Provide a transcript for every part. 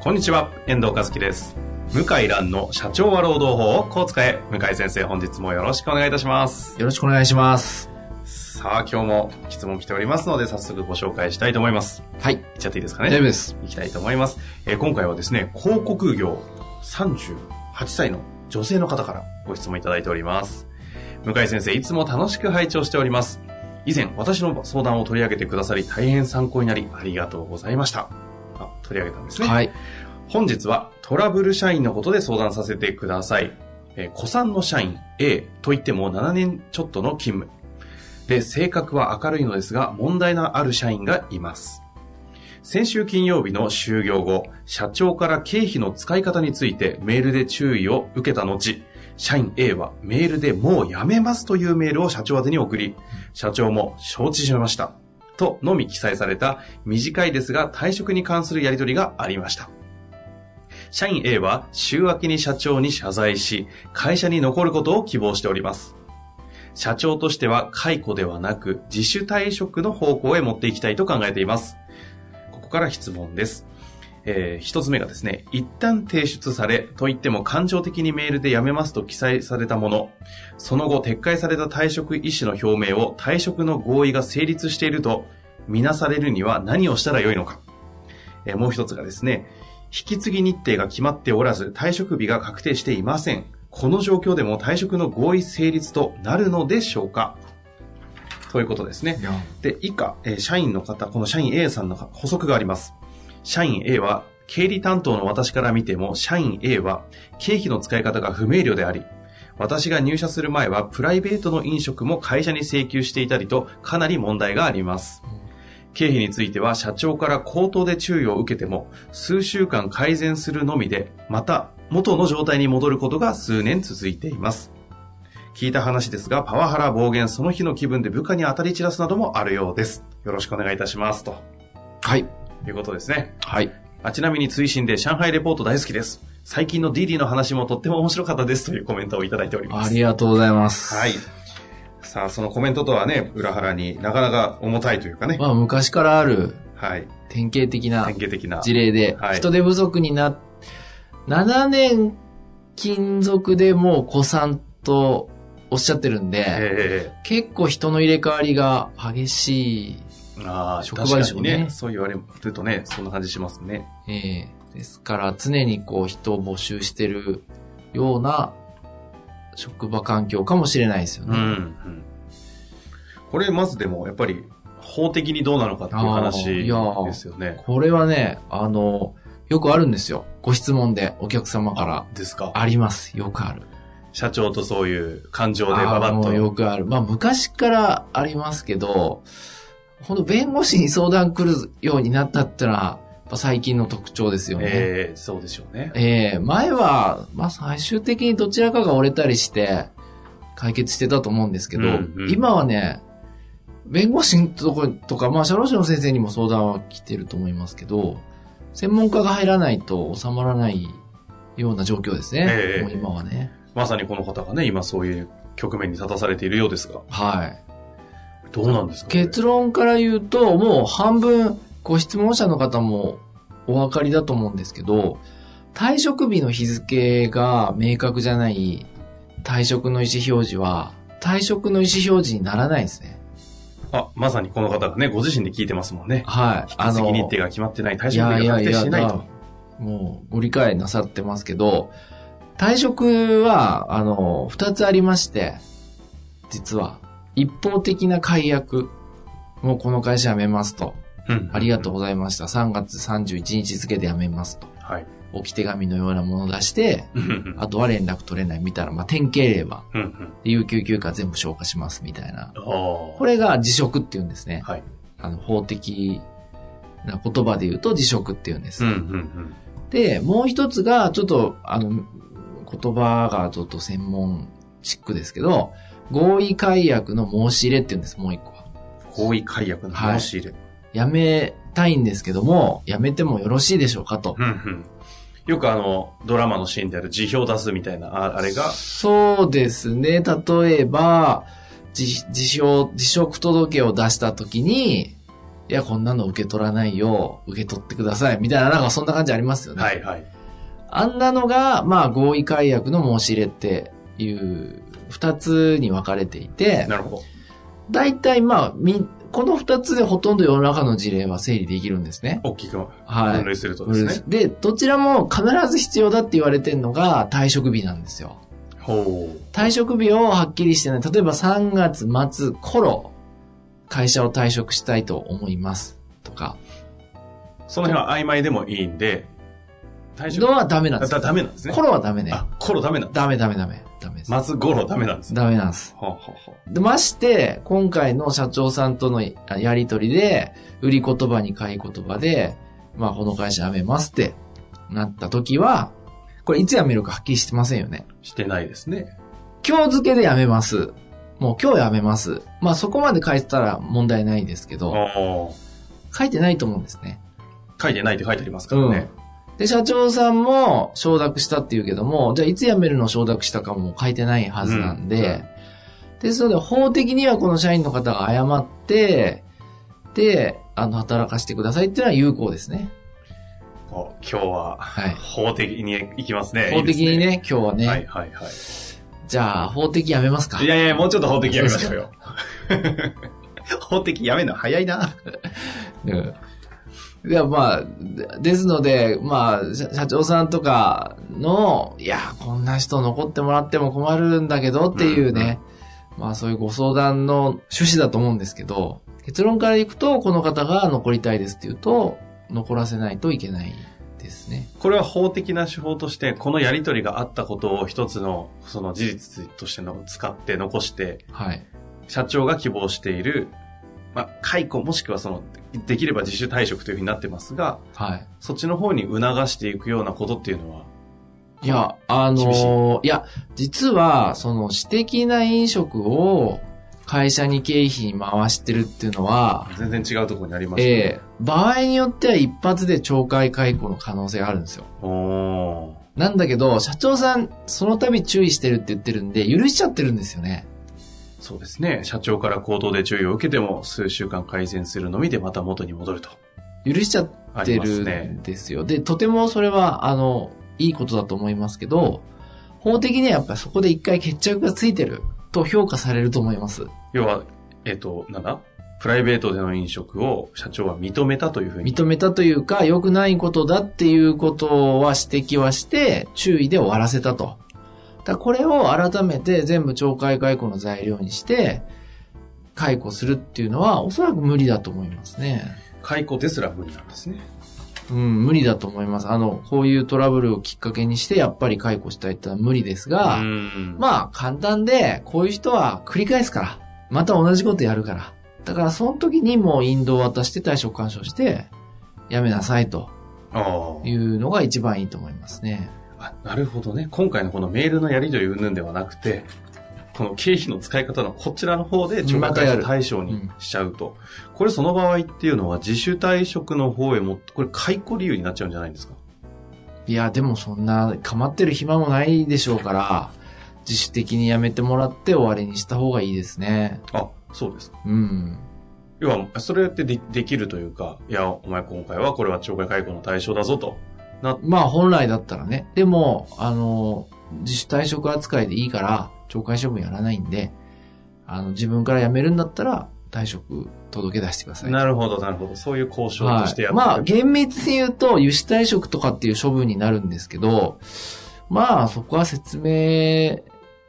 こんにちは、遠藤和樹です。向井蘭の社長は労働法をこう使え。向井先生、本日もよろしくお願いいたします。よろしくお願いします。さあ、今日も質問来ておりますので、早速ご紹介したいと思います。はい。いっちゃっていいですか大丈夫ね。です。いきたいと思います。えー今回はですね、広告業38歳の女性の方からご質問いただいております。向井先生、いつも楽しく拝聴しております。以前、私の相談を取り上げてくださり、大変参考になり、ありがとうございました。あ、取り上げたんですね。はい。本日はトラブル社員のことで相談させてください。えー、子さんの社員 A といっても7年ちょっとの勤務。で、性格は明るいのですが、問題のある社員がいます。先週金曜日の終業後、社長から経費の使い方についてメールで注意を受けた後、社員 A はメールでもうやめますというメールを社長宛てに送り、社長も承知しました。とのみ記載された短いですが退職に関するやりとりがありました。社員 A は週明けに社長に謝罪し、会社に残ることを希望しております。社長としては解雇ではなく自主退職の方向へ持っていきたいと考えています。ここから質問です。えー一つ目がですね、一旦提出されと言っても感情的にメールで辞めますと記載されたもの、その後撤回された退職意思の表明を退職の合意が成立しているとみなされるには何をしたらよいのか。えーもう一つがですね、引き継ぎ日程が決まっておらず、退職日が確定していません。この状況でも退職の合意成立となるのでしょうかということですね。で、以下、えー社員の方、この社員 A さんの補足があります。社員 A は、経理担当の私から見ても、社員 A は、経費の使い方が不明瞭であり、私が入社する前は、プライベートの飲食も会社に請求していたりと、かなり問題があります。経費については社長から口頭で注意を受けても数週間改善するのみでまた元の状態に戻ることが数年続いています聞いた話ですがパワハラ暴言その日の気分で部下に当たり散らすなどもあるようですよろしくお願いいたしますとはい。いうことですねはい。あちなみに追伸で上海レポート大好きです最近のディディの話もとっても面白かったですというコメントをいただいておりまあすりがとうございます。はい。さあそのコメントとはね裏腹になかなか重たいというかねまあ、昔からあるはい典型的な典型的な事例では、い人手不足にな、7年勤続でもう子さんとおっしゃってるんで、ええ結構人の入れ替わりが激しい。ああ、職職場場ででししょょううねねそう言われるとね、そんな感じしますね。えーですから常にこう人を募集してるような職場環境かもしれないですようん。うね。ん、これ、まずでも、やっぱり、法的にどうなのかっていう話あーいやーですよね。これはね、あの、よくあるんですよ。ご質問でお客様から。ですか。あります。よくある。社長とそういう感情であバーバッもうよと。くある。まあ昔からありますけど、ほんと弁護士に相談来るようになったってのは、やっぱ最近の特徴ですよね。ええそうでしょうね。ええ前は、まあ最終的にどちらかが折れたりして、解決してたと思うんですけど、うんうん今はね、弁護士のとことか、まあ社労士の先生にも相談は来てると思いますけど、専門家が入らないと収まらないような状況ですね。ええもう今はね。まさにこの方がね、今そういう局面に立たされているようですが、はい。どうなんですか結論から言うと、もう半分、ご質問者の方もお分かりだと思うんですけど、退職日の日付が明確じゃない退職の意思表示は、退職の意思表示にならないですね。あ、まさにこの方がね、ご自身で聞いてますもんね。はい。引き継ぎ日程いが決まってない、退職や日いがや確い定してや、いないだと。もうご理解なさってますけど、退職は、あの、二つありまして、実は、一方的な解約、もうこの会社辞めますと。うんありがとう。ございました。3月31日付で辞めますと。はい。置き手紙のようなものを出して、うんうんあとは連絡取れないみたいな、まあ、典型例は、うんうん。有給休暇全部消化しますみたいな。ああ。ここれが辞職って言うんですね。はい。あの、法的な言葉で言うと辞職って言うんです。うんうんで、もう一つが、ちょっと、あの、言葉がちょっと専門チックですけど、合意解約の申し入れって言うんです、もう一個は。うん。合意解約の申し入れ。やめたいんですけども、やめてもよろしいでしょうかと。うんうん。よくあの、ドラマのシーンである辞表出すみたいな、ああれが、そうですね。例えば、自、自称、辞職届を出した時に、いや、こんなの受け取らないよ。受け取ってください。みたいな、なんかそんな感じありますよね。はいはい。あんなのが、まあ、合意解約の申し入れっていう、二つに分かれていて、なるほ大体まあ、み、この二つでほとんど世の中の事例は整理できるんですね。ど。大きくはい分類するとですね。で、どちらも必ず必要だって言われてるのが退職日なんですよ。ほ退職日をはっきりしてない。例えば3月末頃、会社を退職したいと思います。とか、う。その辺は曖昧でもいいんで、退の職はダメなんですだよ。ダメなんですね。頃はダメね。あ、コロダメなんだ。ダメダメダメ。ダメです。まずゴロダメなんですね。ダメなんです。ほうほうほう。でまして、今回の社長さんとのあやりとりで、売り言葉に買い言葉で、まあ、この会社辞めますってなった時は、これいつ辞めるかはっきりしてませんよね。してないですね。今日付けで辞めます。もう今日辞めます。まあ、そこまで書いてたら問題ないですけど、あ書いてないと思うんですね。あ。書いてないって書いてありますからね。で、社長さんも承諾したって言うけども、じゃあいつ辞めるのを承諾したかも書いてないはずなんで、ですので法的にはこの社員の方が謝って、で、あの、働かせてくださいっていうのは有効ですね。お今日は、はい。法的にいきますね。法的いにいね、です今日はね、はいはいはい。じゃあ法的やめますか。いやいや、もうちょっと法的やめましょうよ。 法的やめるの早いな。うんいや、まあ、 でですので、まあ、社社長さんとかの、いや、こんな人残ってもらっても困るんだけどっていうね、まあそういうご相談の趣旨だと思うんですけど、結論からいくと、この方が残りたいですっていうと、残らせないといけないですね。これは法的な手法として、このやりとりがあったことを一つの、その事実としての使って残して、はい。社長が希望している、まあ、解雇もしくはその、できれば自主退職というふうになってますが、はい。そっちの方に促していくようなことっていうのは、いや、あ厳しのいや、実は、その、私的な飲食を会社に経費に回してるっていうのは、全然違うところにありましたね。ええ場合によっては一発で懲戒解雇の可能性があるんですよ。おーなんだけど、社長さん、その度注意してるって言ってるんで、許しちゃってるんですよね。そうですね。社長から行動で注意を受けても、数週間改善するのみでまた元に戻ると。許しちゃっあてりまするね。んですよ。で、とてもそれは、あの、いいことだと思いますけど、法的にはやっぱりそこで一回決着がついてると評価されると思います。要は、えっ、と、なんだプライベートでの飲食を社長は認めたというふうに。認めたというか、良くないことだっていうことは指摘はして、注意で終わらせたと。だからこれを改めて全部懲戒解雇の材料にして、解雇するっていうのは、おそらく無理だと思いますね。解雇ですら無理なんですね。うん、無理だと思います。あの、こういうトラブルをきっかけにして、やっぱり解雇したいってのは無理ですが、んまあ、まあ、簡単で、こういう人は繰り返すから。また同じことやるから。だから、その時にもう引導を渡して退職干渉して、やめなさいと。あーいうのが一番いいと思いますね。あなるほどね。今回のこのメールのやり取り云々ではなくて、この経費の使い方のこちらの方で懲戒またや解る雇対象にしちゃうと、これその場合っていうのは自主退職の方へも、これ解雇理由になっちゃうんじゃないんですかいや、でもそんな、構ってる暇もないでしょうから、自主的にやめてもらって終わりにした方がいいですね。あ、そうですかうん。要は、それってでできるというか、いや、お前今回はこれは懲戒解雇の対象だぞと。まあ本来だったらね。でも、あの、自主退職扱いでいいから、懲戒処分やらないんで、あの、自分から辞めるんだったら、退職届け出してください。なるほど、なるほど。そういう交渉とはしてやい、ってるまあ、厳密に言うと、輸出退職とかっていう処分になるんですけど、まあ、そこは説明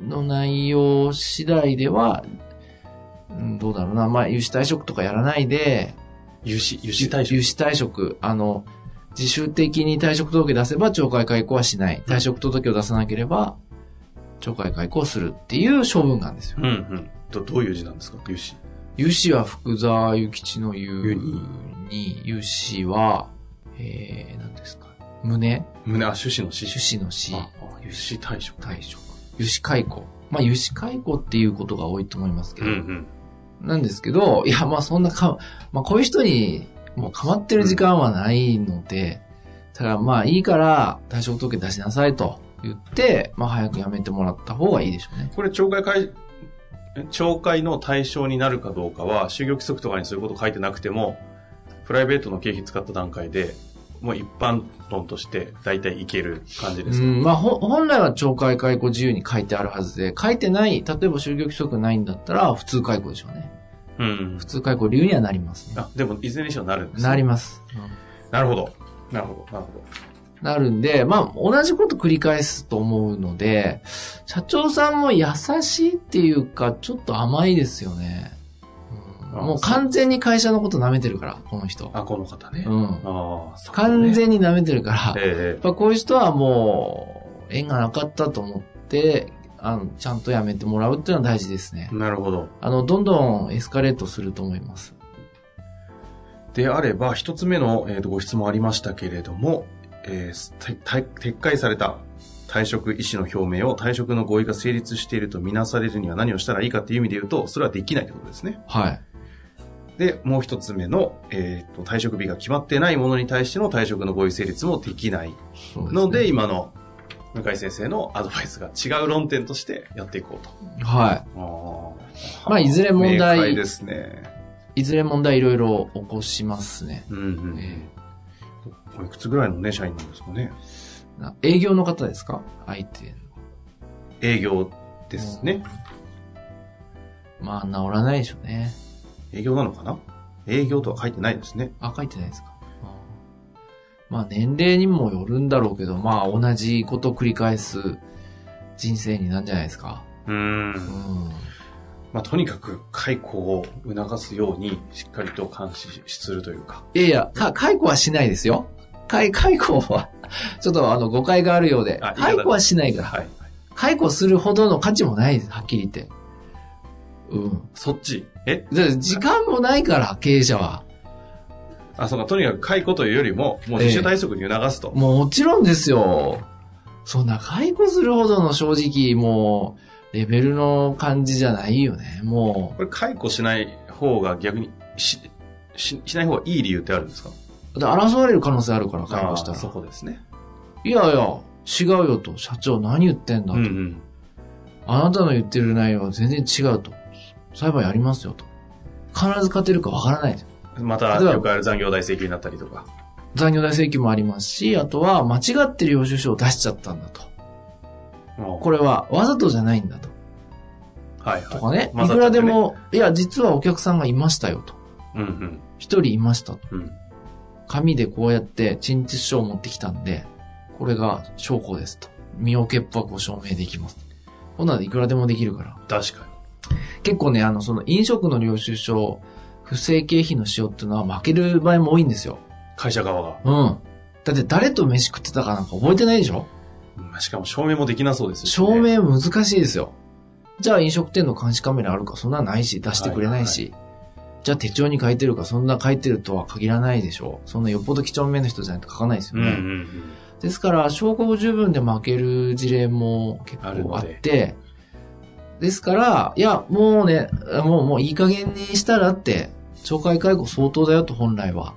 の内容次第では、うんどうだろうな。まあ、輸出退職とかやらないで、輸出、輸出対象輸。出退職、あの、自主的に退職届出せば懲戒解雇はしない。退職届を出さなければ、懲戒解雇をするっていう処分なんですよ。うんうん。ど、どういう字なんですか輸出。湯氏は福沢諭吉の湯湯にに、湯氏は、えー、何ですか、胸胸、あ、種子の死。種子の死、あ、あ油脂退職。退職。湯氏解雇。まあ、湯氏解雇っていうことが多いと思いますけうど、んうん。なんですけど、いや、まあそんなか、まあこういう人に、もうかまってる時間はないので、ただまあいいから退職届出しなさいと言って、まあ早く辞めてもらった方がいいでしょうね。これ、懲戒会、え懲戒の対象になるかどうかは、就業規則とかにそういうこと書いてなくても、プライベートの経費使った段階で、もう一般論として、大体いける感じでうすか。ん、まあほ本来は懲戒解雇自由に書いてあるはずで、書いてない、例えば就業規則ないんだったら普通解雇でしょうね。うん普。通解雇理由にはなりますね。あ、でも、いずれにしろなるんですねなります。なるほど。なるほど。なるほど。なるんで、まあ、同じこと繰り返すと思うので、社長さんも優しいっていうか、ちょっと甘いですよね。うんあもう完全に会社のこと舐めてるから、この人。あ、この方ね。うん。ああ、そうね完全に舐めてるから、やっえぱこういう人はもう、縁がなかったと思って、あの、ちゃんとやめてもらうっていうのは大事ですねえ。なるほど。あの、どんどんエスカレートすると思います。であれば、一つ目の、えーとご質問ありましたけれども、えーたた撤回された退職意思の表明を退職の合意が成立しているとみなされるには何をしたらいいかっていう意味で言うと、それはできないということですね。はい。で、もう一つ目の、えーと退職日が決まってないものに対しての退職の合意成立もできないそうですねので、、今の向井先生のアドバイスが違う論点としてやっていこうと。はい。あーまあいずれ問題明快ですね。いずれ問題いろいろ起こしますね。うんうん。えこれいくつぐらいのね、社員なんですかね。ーな営業の方ですか相手。営業ですね。まあ、治らないでしょうね。営業なのかな営業とは書いてないですね。あ、書いてないですか。まあ、年齢にもよるんだろうけど、まあ、同じことを繰り返す人生になるんじゃないですか。うんうん。まあ、とにかく解雇を促すようにしっかりと監視するというか。いやいや、か、解雇はしないですよ。解、解雇は、 ちょっとあの、誤解があるようであ。言い方解雇はしないから。はい。解雇するほどの価値もないです、はっきり言って。うん。そっち。えだって時間もないから、経営者は。あ、そうか。とにかく解雇というよりも、もう自主退職に促すと。もうもちろんですよ。そんな解雇するほどの正直、もう、レベルの感じじゃないよね。もこれ解雇しない方が逆にし、し、しない方がいい理由ってあるんですかう、だって争われる可能性あるから、解雇したあーそら。こですね。いやいや、違うよと。社長何言ってんだうと。んうん。あなたの言ってる内容は全然違うと。裁判やりますよと。必ず勝てるかわからないと。また、よくある残業代請求になったりとか。残業代請求もありますし、あとは間違ってる領収書を出しちゃったんだと。ここれはわざとじゃないんだと。れ、はいはい。とかね。まあいくらでも、いや、実はお客さんがいましたよと。うん一人いましたと。うん。うん。紙でこうやって陳述書を持ってきたんで、これが証拠ですと。身を潔白を証明できます。こんなのいくらでもできるから。確か結構ね、あの、その飲食の領収書、不正経費の使用っていうのは負ける場合も多いんですよ。に。会社側が。うん。だって誰と飯食ってたかなんか覚えてないでしょまあしかも証明もできなそうですしね証明難しいですよ。じゃあ飲食店の監視カメラあるかそんなのないし、出してくれないし。じゃあ手帳に書いてるかそんな書いてるとは限らないでしょそんなよっぽど几帳面な人じゃないと書かないですうよんね。うんうん。ですから、証拠不十分で負ける事例も結ある構のあっでて、ですから、いや、もうね、もう、もういい加減にしたらって、懲戒解雇相当だよと、本来は。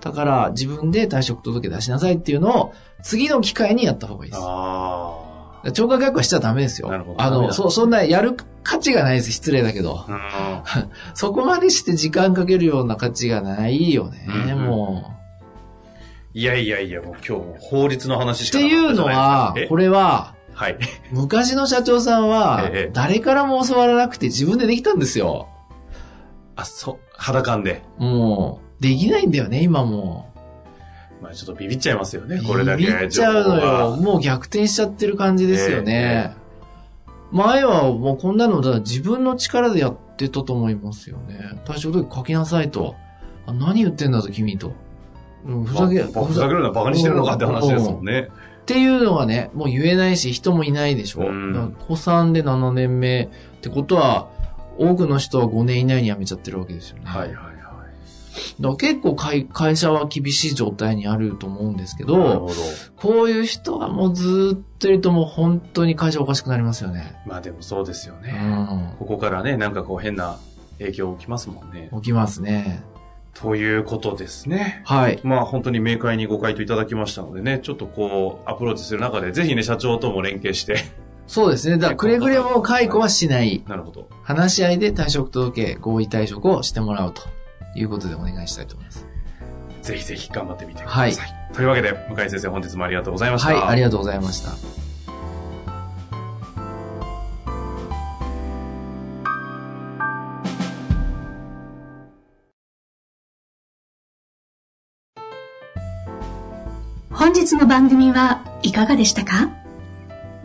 だから、自分で退職届出しなさいっていうのを、次の機会にやった方がいいです。あ懲戒解雇はしちゃダメですよ。なるほどあダメだの、そう、そんな、やる価値がないです。失礼だけど。あ。そこまでして時間かけるような価値がないよね、うんうんもう。いやいやいや、もう今日もう法律の話しっかてなかいうのったじはゃないですか、これは、えはい。昔の社長さんはええ、誰からも教わらなくて自分でできたんですよ。あ、そう、肌感で。もう、できないんだよね、今もう。まあちょっとビビっちゃいますよね、これだけ。ビビっちゃうの情報よ。は。もう逆転しちゃってる感じですよね。前はもうこんなのだから自分の力でやってたと思いますよね。退職時書きなさいと。あ何言ってんだと君と。うんふふざざけ、け、まあふざけるな、バカにしてるのかって話ですもんね。っていうのはね、もう言えないし、人もいないでしょ。うんだから子さんで7年目ってことは、多くの人は5年以内に辞めちゃってるわけですよね。はいはいだかはい。ら結構会会社は厳しい状態にあると思うんですけなるど、ほど。こういう人はもうずーっといるともう本当に会社おかしくなりますよね。まあでもそうですようね。ん。ここからね、なんかこう変な影響起きますもんね。起きますね。ということですね。はい。まあ本当に明快にご回答いただきましたのでね、ちょっとこうアプローチする中で、ぜひね、社長とも連携して。 そうですね。だからくれぐれも解雇はしない。なるほど。話し合いで退職届、合意退職をしてもらうということでお願いしたいと思います。ぜひぜひ頑張ってみてください。というわけで、向井先生本日もありがとうございました。はい、ありがとうございました。本日の番組はいかがでしたか